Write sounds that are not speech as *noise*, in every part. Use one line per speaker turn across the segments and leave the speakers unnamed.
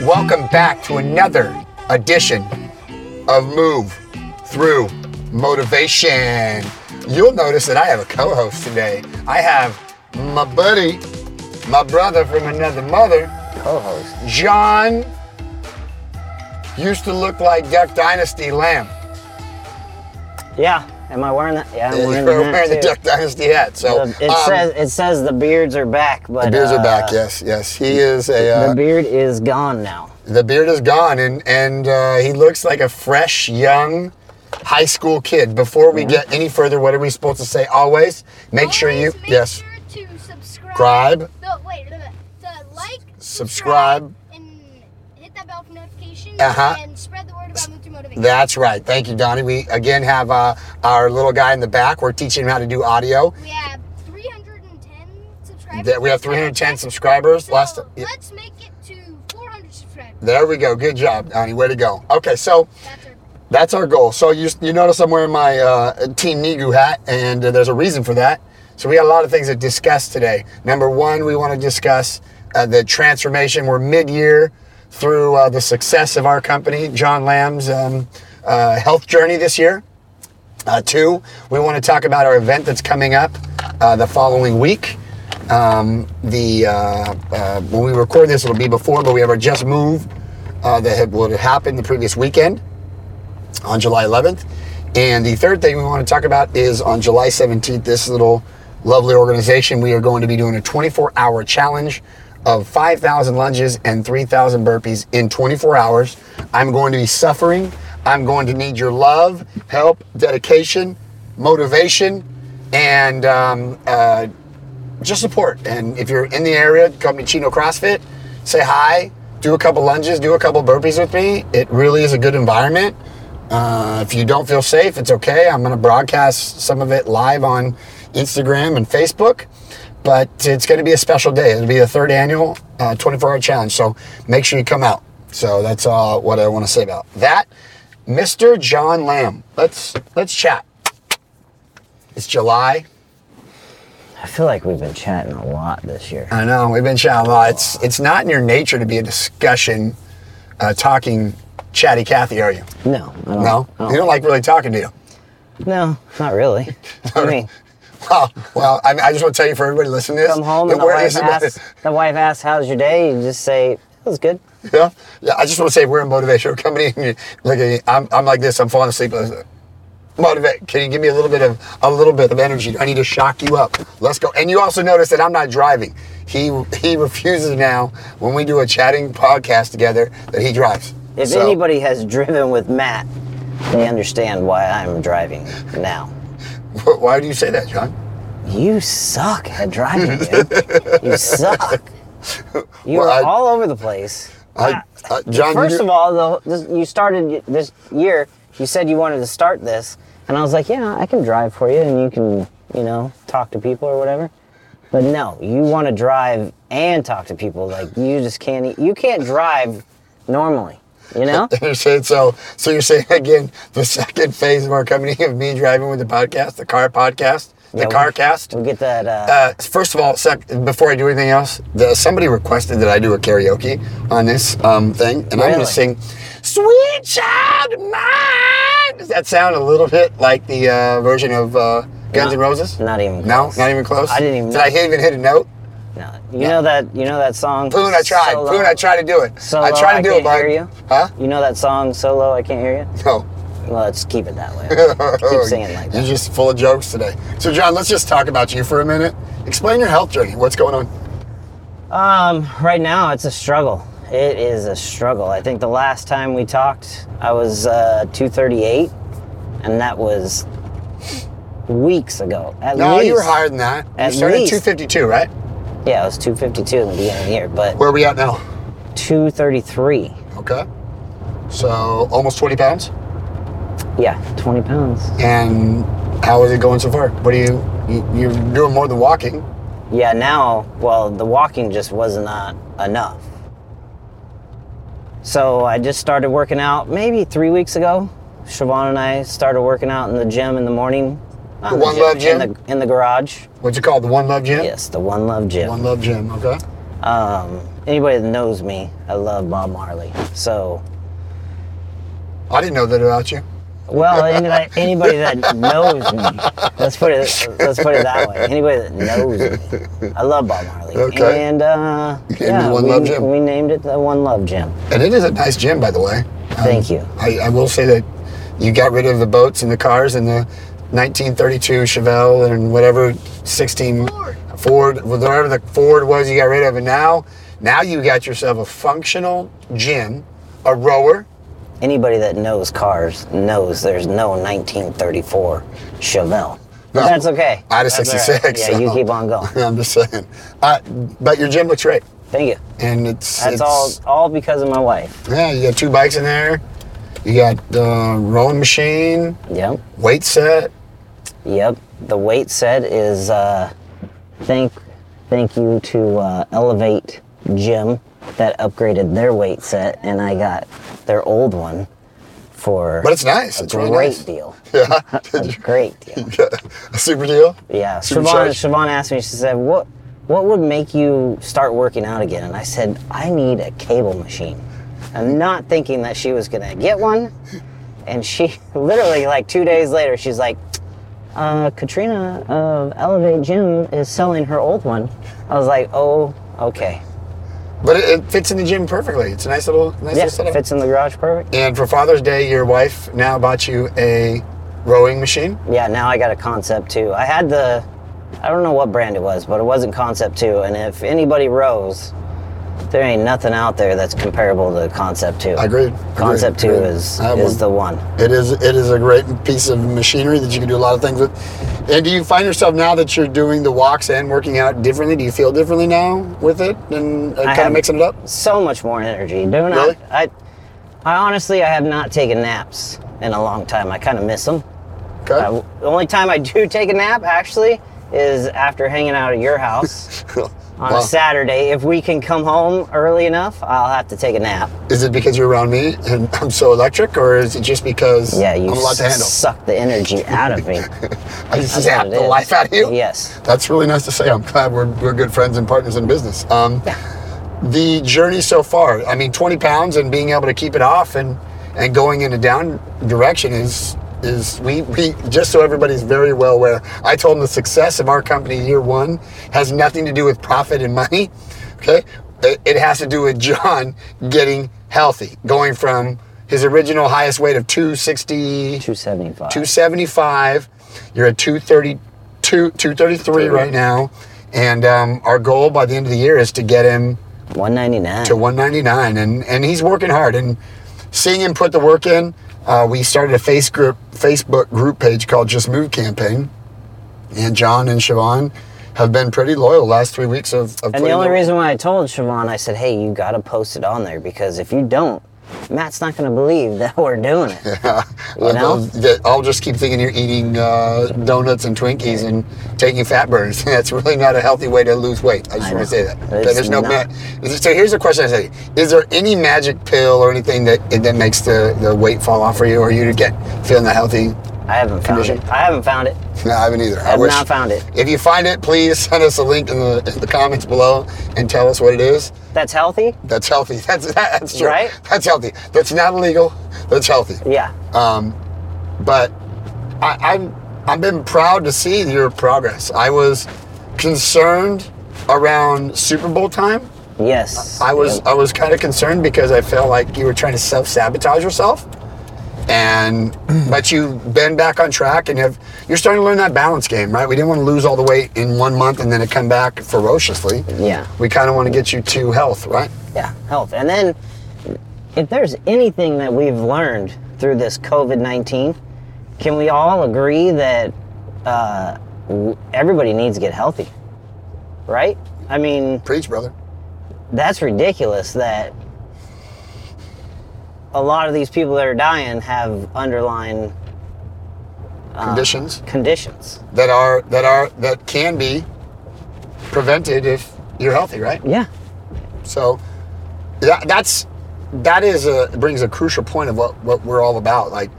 Welcome back to another edition of Move Through Motivation. You'll notice that I have a co host today. I have my buddy, my brother from another mother,
co host.
John. Used to look like Duck Dynasty Lamb.
Yeah. Am I wearing that? Yeah, I'm
We're
wearing, the hat,
wearing the
too.
Duck Dynasty hat. So
The- it
um,
says it says the beards are back, but
the beards
uh,
are back. Yes, yes. He is a. Uh,
the beard is gone now.
the beard is gone and and uh, he looks like a fresh young high school kid before
Mm-hmm.
we get any further what are we supposed to say always make sure you
Always make
yes
sure to subscribe.
Subscribe.
No, wait, no, no. To like,
subscribe.
and hit that bell for notifications
Uh-huh.
and spread the word about Move to Motivation.
that's right thank you donnie we again have uh, our little guy in the back we're teaching him how to do audio
we have 310 subscribers.
that we have 310 subscribers
So
last yeah,
let's make it to 400 subscribers.
there we go good job donnie way to go okay so
That's our
That's our goal. So you, you notice I'm wearing my uh, Team Nigu hat, and uh, there's a reason for that. So we got a lot of things to discuss today. Number one, we want to discuss uh, the transformation. We're mid-year through uh, the success of our company, John Lamb's um, uh, health journey this year. Uh, two, we want to talk about our event that's coming up uh, the following week. Um, the uh, uh, when we record this, it'll be before, but we have our just move uh, that had, would have happened the previous weekend on July 11th. And the third thing we want to talk about is on July 17th, this little lovely organization, we are going to be doing a 24 hour challenge of 5,000 lunges and 3,000 burpees in 24 hours. I'm going to be suffering. I'm going to need your love, help, dedication, motivation, and um, uh, just support. And if you're in the area, come to Chino CrossFit, say hi, do a couple lunges, do a couple burpees with me. It really is a good environment. Uh, if you don't feel safe, it's okay. I'm going to broadcast some of it live on Instagram and Facebook. But it's going to be a special day. It'll be the third annual uh, 24 hour challenge. So make sure you come out. So that's uh, what I want to say about that. Mr. John Lamb, let's let's chat. It's July.
I feel like we've been chatting a lot this year.
I know we've been chatting a lot. It's it's not in your nature to be a discussion, uh, talking, chatty Cathy, are you?
No, I don't,
No,
I
you don't like really talking to you.
no, not
*laughs*
really. I mean,
Well, well, I, I just want to tell you for everybody listening to this.
come home
that
and the
we're
wife
innocent-
asks, the wife asks, "How's your day?" You just say, "It was good."
*laughs* Yeah, yeah. I just want to say we're a motivational *laughs* company. And you, look at me, I'm, I'm like this. I'm falling asleep. I- Motivate. Can you give me a little bit of a little bit of energy? I need to shock you up. Let's go. And you also notice that I'm not driving. He he refuses now when we do a chatting podcast together that he drives.
If
So-
anybody has driven with Matt, they understand why I'm driving now.
Why do you say that, John?
You suck at driving,
*laughs*
dude. you suck. You
Well,
are
I-
all over the place. Uh,
I, I, John,
First
you,
of all, though, this, you started y- this year. You said you wanted to start this, and I was like, "Yeah, I can drive for you, and you can, you know, talk to people or whatever." But no, you want to drive and talk to people. Like you just can't. e- You can't drive normally. You know?
you're saying *laughs* so. So you're saying *laughs* again, the second phase of our company of me driving with the podcast, the car podcast, the
Yeah, we-
car cast.
We get that. Uh,
Uh, first of all, sec- before I do anything else, the, somebody requested that I do a karaoke on this um, thing, and I'm going
Really?
to sing "Sweet Child of Mine." Does that sound a little bit like the uh, version of uh, Guns N' Roses?
not even
No,
close.
not even close.
I didn't even
Did
know.
I hit, even hit a note?
no. You know that. You know that song.
Poon, I tried.
Solo-
Poon, I tried to do it.
Solo,
I tried to do
can't
it, bud.
Hear you.
Huh?
You know that song solo? I can't hear you.
No.
Well, let's keep it that way.
*laughs*
keep singing like
You're
that.
just full of jokes today. So, John, let's just talk about you for a minute. Explain your health journey. What's going on?
Um, right now it's a struggle. It is a struggle. I think the last time we talked, I was uh, 238, and that was weeks ago. At
No,
least.
you were higher than that.
At
you started
least.
at 252, right?
Yeah, I was 252 in the beginning of the year, but
Where are we at now?
233.
Okay. So, almost 20 pounds.
Yeah, 20 pounds.
And how is it going so far? What are you, you you're doing more than walking?
Yeah, now, well, the walking just was not enough. So I just started working out maybe three weeks ago. Siobhan and I started working out in the gym in the morning. Not in
One Love
In
Gym?
the, in the garage.
What's it called? The One Love Gym?
Yes, the One Love Gym.
One Love Gym, okay.
Um, anybody that knows me, I love Bob Marley. So,
I didn't know that about you.
well, anybody, anybody that knows me, let's put it let's put it that way. Anybody that knows me, I love Bob Marley.
Okay.
And uh,
named it
yeah,
One
we,
Love Gym.
we named it the One Love Gym.
And it is a nice gym, by the way. Um,
Thank you.
I, I will say that you got rid of the boats and the cars and the 1932 Chevelle and whatever 16
Ford.
Ford, whatever the Ford was, you got rid of. And now, now you got yourself a functional gym, a rower. *laughs*
Anybody that knows cars knows there's no 1934 Chevelle.
No.
But that's okay.
I had a
That's all
66,
right. Yeah,
so-
you keep on going.
I'm just saying. Uh, but your gym looks great,
Thank you.
and it's
That's
it's,
all all because of my wife.
Yeah, you got two bikes in there. You got the rowing machine,
Yep.
weight set.
Yep. The weight set is uh, thank thank you to uh, Elevate Gym that upgraded their weight set, and I got their old one for
But it's nice.
a
It's
great
really nice.
deal.
*laughs* Yeah,
*laughs* A great deal.
a super deal.
Yeah. Siobhan,
Supercharged.
Siobhan asked me. She said, "What what would make you start working out again?" And I said, "I need a cable machine." I'm not thinking that she was gonna get one, and she *laughs* literally like two days later, she's like, uh, "Katrina of Elevate Gym is selling her old one." I was like, "Oh, okay.
But it, it fits in the gym perfectly. It's a nice little, nice
Yeah,
little setup.
fits in the garage perfect."
And for Father's Day, your wife now bought you a rowing machine.
Yeah. Now I got a concept too. I had the. I don't know what brand it was, but it wasn't Concept 2. And if anybody rows, there ain't nothing out there that's comparable to Concept 2.
I agree.
Concept two
Agreed. Agreed.
is
I have
is
one.
the one.
It is it is a great piece of machinery that you can do a lot of things with. And do you find yourself now that you're doing the walks and working out differently? Do you feel differently now with it and uh, kind of
have-
mixing it up?
So much more energy. Do not
Really?
I I honestly I have not taken naps in a long time. I kind of miss them.
Okay.
I,
*laughs*
the only time I do *laughs* take a nap actually is after hanging out at
*laughs*
your house on
Wow.
a Saturday. If we can come home early enough, I'll have to take a nap.
Is it because you're around me and *laughs* I'm so electric, or is it just because
Yeah, you
I'm a lot to handle?
suck the energy
*laughs*
out of me.
I just
That's
zap
what it
the
is.
life out of you.
Yes.
That's really nice to say. I'm glad we're, we're good friends and partners in business. Um, The journey so far, I mean, 20 pounds and being able to keep it off and, and going in a down direction is is we, we just so everybody's very well aware. I told them the success of our company year one has nothing to do with profit and money. *laughs* Okay, it, it has to do with John getting healthy, going from his original highest weight of 260
Two seventy five.
275. You're at 232, 233 right now. And um, our goal by the end of the year is to get him
One ninety nine.
to 199. And, and he's working hard. And seeing him put the work in, uh, we started a face group, Facebook group page called Just Move Campaign. And John and Siobhan have been pretty loyal last three weeks of, of
And
putting
the only
the-
reason why I told Siobhan, I said, hey, you gotta post it on there because if you don't, Matt's not gonna believe *laughs* that we're doing it.
I
You know?
love that I'll just keep thinking you're eating uh, donuts and Twinkies and taking fat burns. *laughs* That's really not a healthy way to lose weight. I just want
I
to
know.
say that. Okay,
It's
there's no
not.
ma- is- So here's a question I say: Is there any magic pill or anything that that makes the, the weight fall off for you, or you to get feeling that healthy? *laughs*
I haven't found
Condition.
it. I haven't found it.
No, I haven't either. I
I've
wish-
not found it.
If you find it, please *laughs* send us a link in the, in the comments below and tell us what it is.
That's healthy?
That's healthy. *laughs* That's that's true.
Right?
That's healthy. That's not illegal. That's healthy.
Yeah.
Uh, but I, I've I've been proud to see your progress. I was concerned around Super Bowl time.
yes.
I was I was kind of concerned because I felt like you were trying to self sabotage yourself, and but you've been back on track and have you're starting to learn that balance game, right? We didn't want to lose all the weight in one month and then it come back ferociously.
Yeah.
we kind of want to get you to health, right?
Yeah, health. And then if there's anything that we've learned through this COVID 19, can we all agree that uh, w- everybody needs to get healthy? Right? I mean,
Preach, brother.
that's ridiculous that a lot of these people that are dying have underlying
Conditions.
conditions.
that are that are that can be prevented if you're healthy, right?
Yeah.
So that that's that is a brings a crucial point of what what we're all about. Like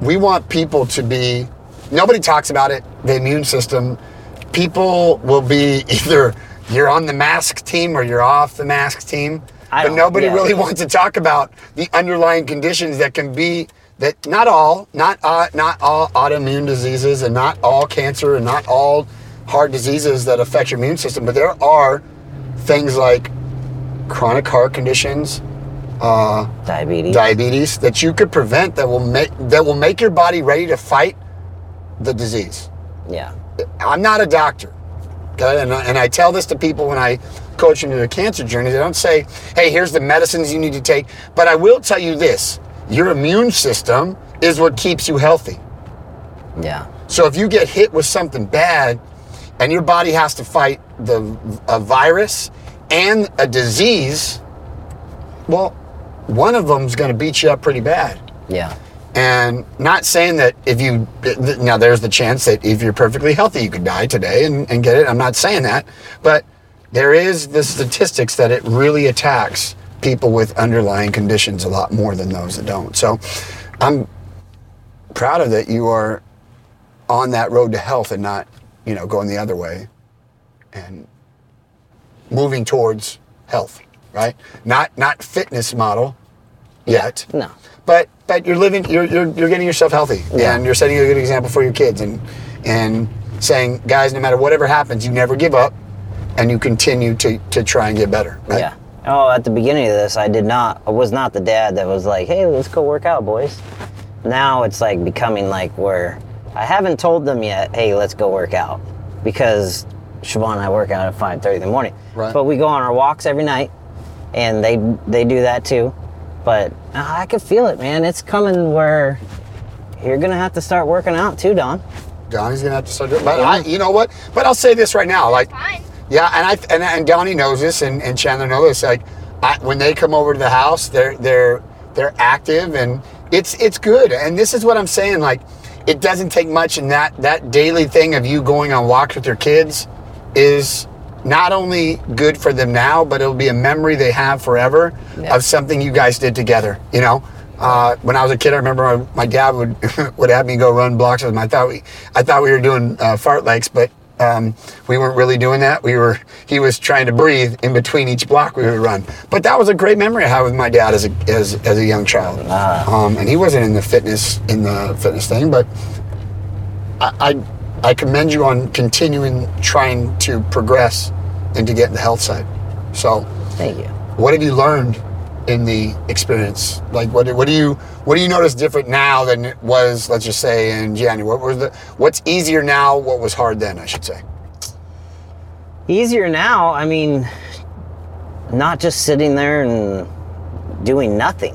we want people to be nobody talks about it, the immune system. People will be *laughs* either you're on the mask team or you're off the mask team.
I
But
don't-
nobody
yeah.
really wants to talk about the underlying conditions that can be that not all, not uh, not all autoimmune diseases and not all cancer and not all heart diseases that affect your immune system, but there are things like chronic heart conditions,
Diabetes.
diabetes that you could prevent that will make that will make your body ready to fight the disease.
yeah.
I'm not a doctor. Okay? And, I, and I tell this to people when I coach into their cancer journey. They don't say, hey, here's the medicines you need to take. But I will tell you this your immune system is what keeps you healthy.
Yeah.
So if you get hit with something bad and your body has to fight the a virus and a disease, well, one of them's going to beat you up pretty bad.
Yeah.
And not saying that if you, now there's the chance that if you're perfectly healthy, you could die today and, and get it. I'm not saying that. But there is the statistics that it really attacks people with underlying conditions a lot more than those that don't. So I'm proud of that you are on that road to health and not, you know, going the other way and moving towards health, right? Not, not fitness model yet
No.
but but you're living you're you're, you're getting yourself healthy
Yeah.
and you're setting a good example for your kids and and saying guys no matter whatever happens you never give up and you continue to to try and get better right?
Yeah. Oh, at the beginning of this, I did not. I was not the dad that was like, "Hey, let's go work out, boys." Now it's like becoming like where I haven't told them yet. Hey, let's go work out because Siobhan and I work out at five thirty in the morning.
Right.
But we go on our walks every night, and they they do that too. But uh, I can feel it, man. It's coming where you're gonna have to start working out too, Don.
Donnie's gonna have to start doing but I you know what but I'll say this right now like
Fine.
yeah and I and, and Donnie knows this and, and Chandler knows this like I, when they come over to the house they're they're they're active and it's it's good and this is what I'm saying like it doesn't take much and that that daily thing of you going on walks with your kids is not only good for them now, but it'll be a memory they have forever
Yeah.
of something you guys did together. You know, uh, when I was a kid, I remember my, my dad would *laughs* would have me go run blocks with him. I thought we I thought we were doing uh, fart legs, but um, we weren't really doing that. We were he was trying to breathe in between each block we would run. But that was a great memory I had with my dad as a as, as a young child. Um, and he wasn't in the fitness in the fitness thing, but I, I commend you on continuing trying to progress and to get in the health side. So,
Thank you.
what have you learned in the experience? Like, what, do- what do you what do you notice different now than it was, let's just say, in January? What was the what's easier now? What was hard then? I should say. *laughs*
easier now. I mean, not just sitting there and doing nothing.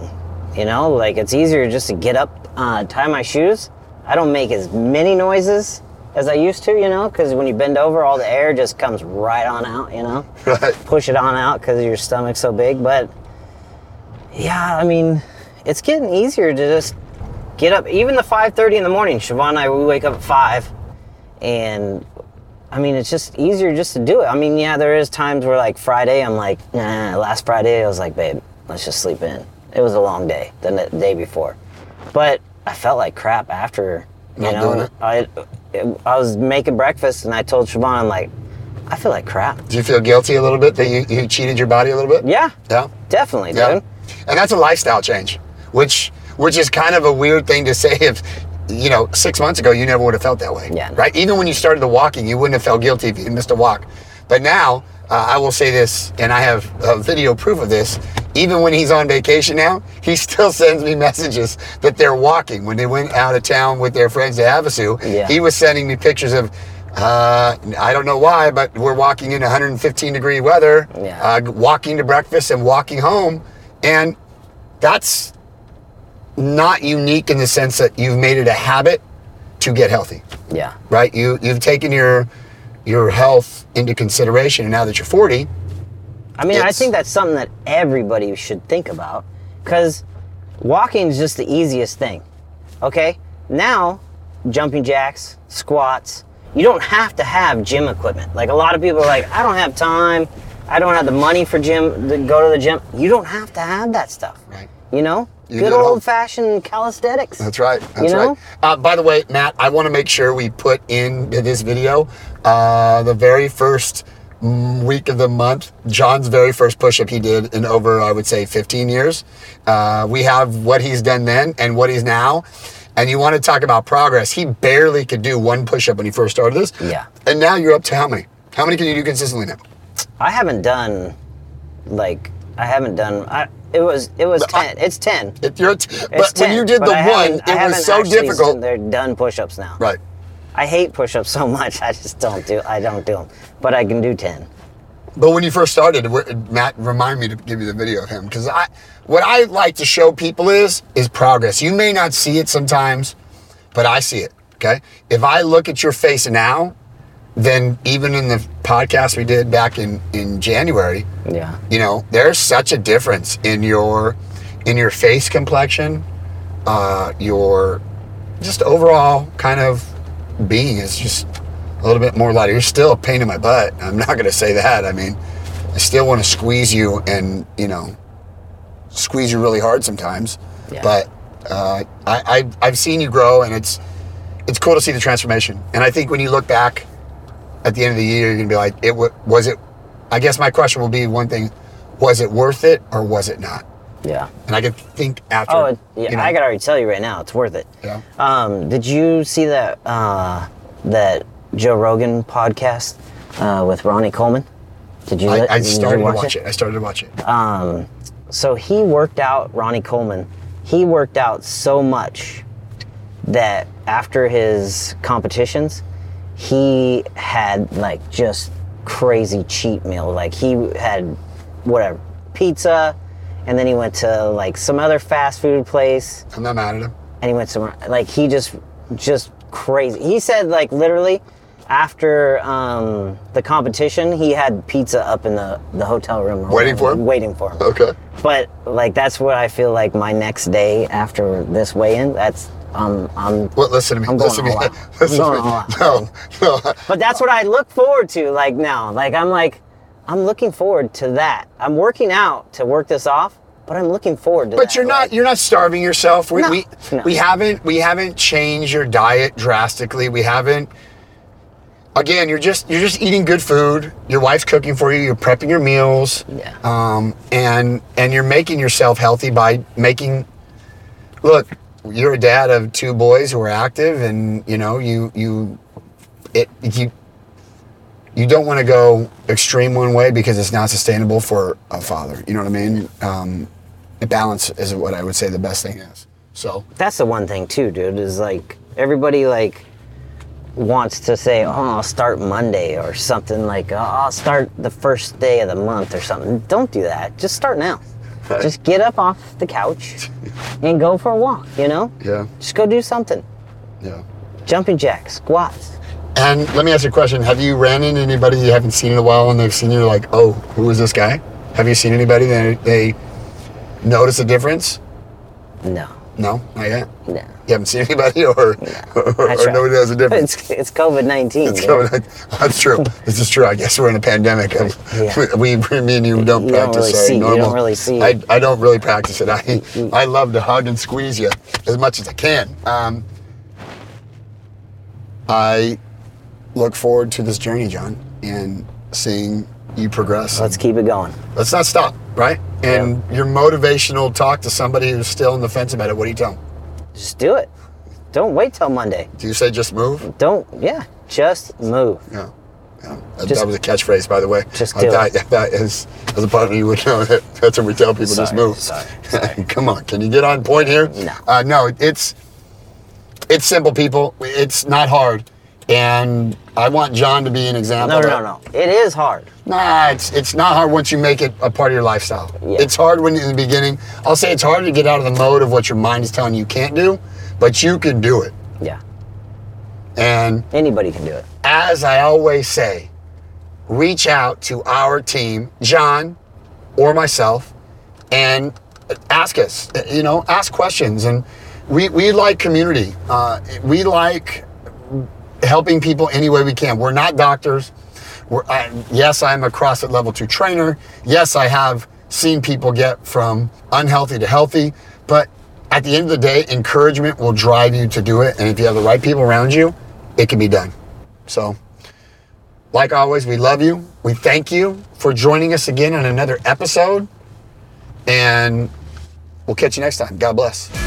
You know, like it's easier just to get up, uh, tie my shoes. I don't make as many noises as I used to, you know, because when you bend over, all the air just comes right on out, you know *laughs*
Right.
push it on out because your stomach's so big. But yeah, I mean, it's getting easier to just get up. Even the 5:30 in the morning, Siobhan and I we wake up at five, and I mean, it's just easier just to do it. I mean, yeah, there is times where like Friday, I'm like, nah. Last Friday, I was like, babe, let's just sleep in. It was a long day than the day before, but I felt like crap after. You
Not
know,
doing it.
I I was making breakfast and I told Siobhan, I'm like, I feel like crap.
Do you feel guilty a little bit that you, you cheated your body a little bit?
Yeah.
Yeah.
Definitely,
Yeah.
dude.
And that's a lifestyle change, which which is kind of a weird thing to say if you know, six months ago you never would have felt that way.
Yeah, no.
Right? Even when you started the walking, you wouldn't have felt guilty if you missed a walk. But now, uh, I will say this, and I have uh, video proof of this. Even when he's on vacation now, he still *laughs* sends me messages that they're walking. When they went out of town with their friends to Havasu,
Yeah.
he was sending me pictures of, uh, I don't know why, but we're walking in 115 degree weather
Yeah.
uh, walking to breakfast and walking home. And that's not unique in the sense that you've made it a habit to get healthy,
Yeah.
right? You, you've taken your, your health into consideration. And now that you're 40,
I mean, I
It's-
think that's something that everybody should think about because walking is just the easiest thing. Okay? Now, jumping jacks, squats, you don't have to have gym equipment. Like a lot of people are like, I don't have time. I don't have the money for gym to go to the gym. You don't have to have that stuff.
Right.
You know?
You
Good
do it all.
old fashioned calisthenics.
That's right. That's
you know?
right. Uh, by the way, Matt, I want to make sure we put into this video uh, the very first mm, week of the month. John's very first push-up he did in over, I would say, 15 years. Uh, we have what he's done then and what he's now. And you want to talk about progress? He barely could do one push-up when he first started this.
Yeah.
And now you're up to how many? How many can you do consistently now?
I haven't done, like, I haven't done. I it was it was
I-
ten. it's ten.
If you're, t-
It's
but when
10,
you did
but
the
I
one,
haven't- I
it
haven't
was so
actually s-
difficult.
They're done push-ups now.
Right.
I hate push-ups *laughs* so much. I just don't do. I don't do them. But I can do ten.
But when you first started, where- Matt, remind me to give you the video of him because I, what I like to show people is is progress. You may not see it sometimes, but I see it. Okay, if I look at your face now, then even in the podcast we did back in in January,
Yeah.
you know there's such a difference in your in your face complexion uh your just overall kind of being is just a little bit more lighter you're still a pain in my butt i'm not going to say that i mean i still want to squeeze you and you know squeeze you really hard sometimes
Yeah.
but uh, I, I i've seen you grow and it's it's cool to see the transformation and i think when you look back at the end of the year, you're gonna be like, it w- was it. I guess my question will be one thing: was it worth it or was it not?
Yeah.
And I could think after.
Oh, it- yeah.
you know.
I can already tell you right now, it's worth it.
Yeah.
Um, did you see that uh, that Joe Rogan podcast uh, with Ronnie Coleman? Did you?
I,
li-
I
did you
started to watch it? I started to watch it.
Um, so he worked out Ronnie Coleman. He worked out so much that after his competitions, he had like just crazy cheat meal. Like he had whatever pizza, and then he went to like some other fast food place
I'm not mad at him.
and he went somewhere like he just just crazy he said like literally after um, the competition he had pizza up in the, the hotel room or
Waiting for him?
waiting for him
Okay.
but like that's what i feel like my next day after this weigh-in that's um i'm
Well, listen to me.
I'm going
listen to me.
all out.
*laughs* listen to
I'm going
me.
all out.
No, no.
but that's what i look forward to like now like i'm like i'm looking forward to that i'm working out to work this off but i'm looking forward to
But
that
you're
like-
not you're not starving yourself. We
No,
we,
no.
we haven't we haven't changed your diet drastically. We haven't. Again, you're just you're just eating good food. Your wife's cooking for you. You're prepping your meals.
Yeah.
Um, and and you're making yourself healthy by making. Look, you're a dad of two boys who are active, and you know you you, it you. You don't want to go extreme one way because it's not sustainable for a father. You know what I mean? Um, the balance is what I would say the best thing is. So
that's the one thing too, dude. Is like everybody like wants to say, "Oh, I'll start Monday" or something like, "Oh, "I'll start the first day of the month" or something. Don't do that. Just start now. Just get up off the couch and go for a walk. You know?
Yeah.
Just go do something.
yeah.
Jumping jacks, squats.
And let me ask you a question: Have you ran into anybody you haven't seen in a while, and they've seen you like, oh, who is this guy? Have you seen anybody that they notice a difference?
No,
No, not yet.
no.
You haven't seen *laughs* anybody, or or,
That's right.
nobody knows the difference.
It's it's COVID nineteen.
So that's true. this is true. I guess we're in a pandemic.
Yeah.
*laughs* We, we, me and you don't
You don't
practice
really
our
see- you don't
normal.
really see
I,
it.
I don't really practice it. I I love to hug and squeeze you as much as I can. Um, I look forward to this journey, John, and seeing you progress.
Let's keep it going.
Let's not stop, right? And your motivational talk to somebody who's still on the fence about it. What do you tell them?
Just do it. Don't wait till Monday.
Do you say just move?
Don't. Yeah. Just move.
No. no. That,
Just-
that was a catchphrase, by the way.
Just
Uh,
do
that,
it.
that is, as a partner, you would know that that's what we tell people just
Sorry,
move. *laughs*
sorry, sorry.
Come on, can you get on point here?
No.
Uh, no, it's it's simple, people. It's not hard. And I want John to be an example.
No, no, no,
that-
no. It is hard.
Nah, it's it's not hard once you make it a part of your lifestyle.
Yeah.
It's hard when in the beginning. I'll say it's hard to get out of the mode of what your mind is telling you can't do, but you can do it.
Yeah.
And
Anybody can do it.
as I always say, reach out to our team, John or myself, and ask us, you know, ask questions. And we, we like community. Uh, we like helping people any way we can. We're not doctors. We're, I, yes, I'm a CrossFit level two trainer. Yes, I have seen people get from unhealthy to healthy. But at the end of the day, encouragement will drive you to do it. And if you have the right people around you, it can be done. So Like always, we love you. We thank you for joining us again on another episode. And we'll catch you next time. God bless.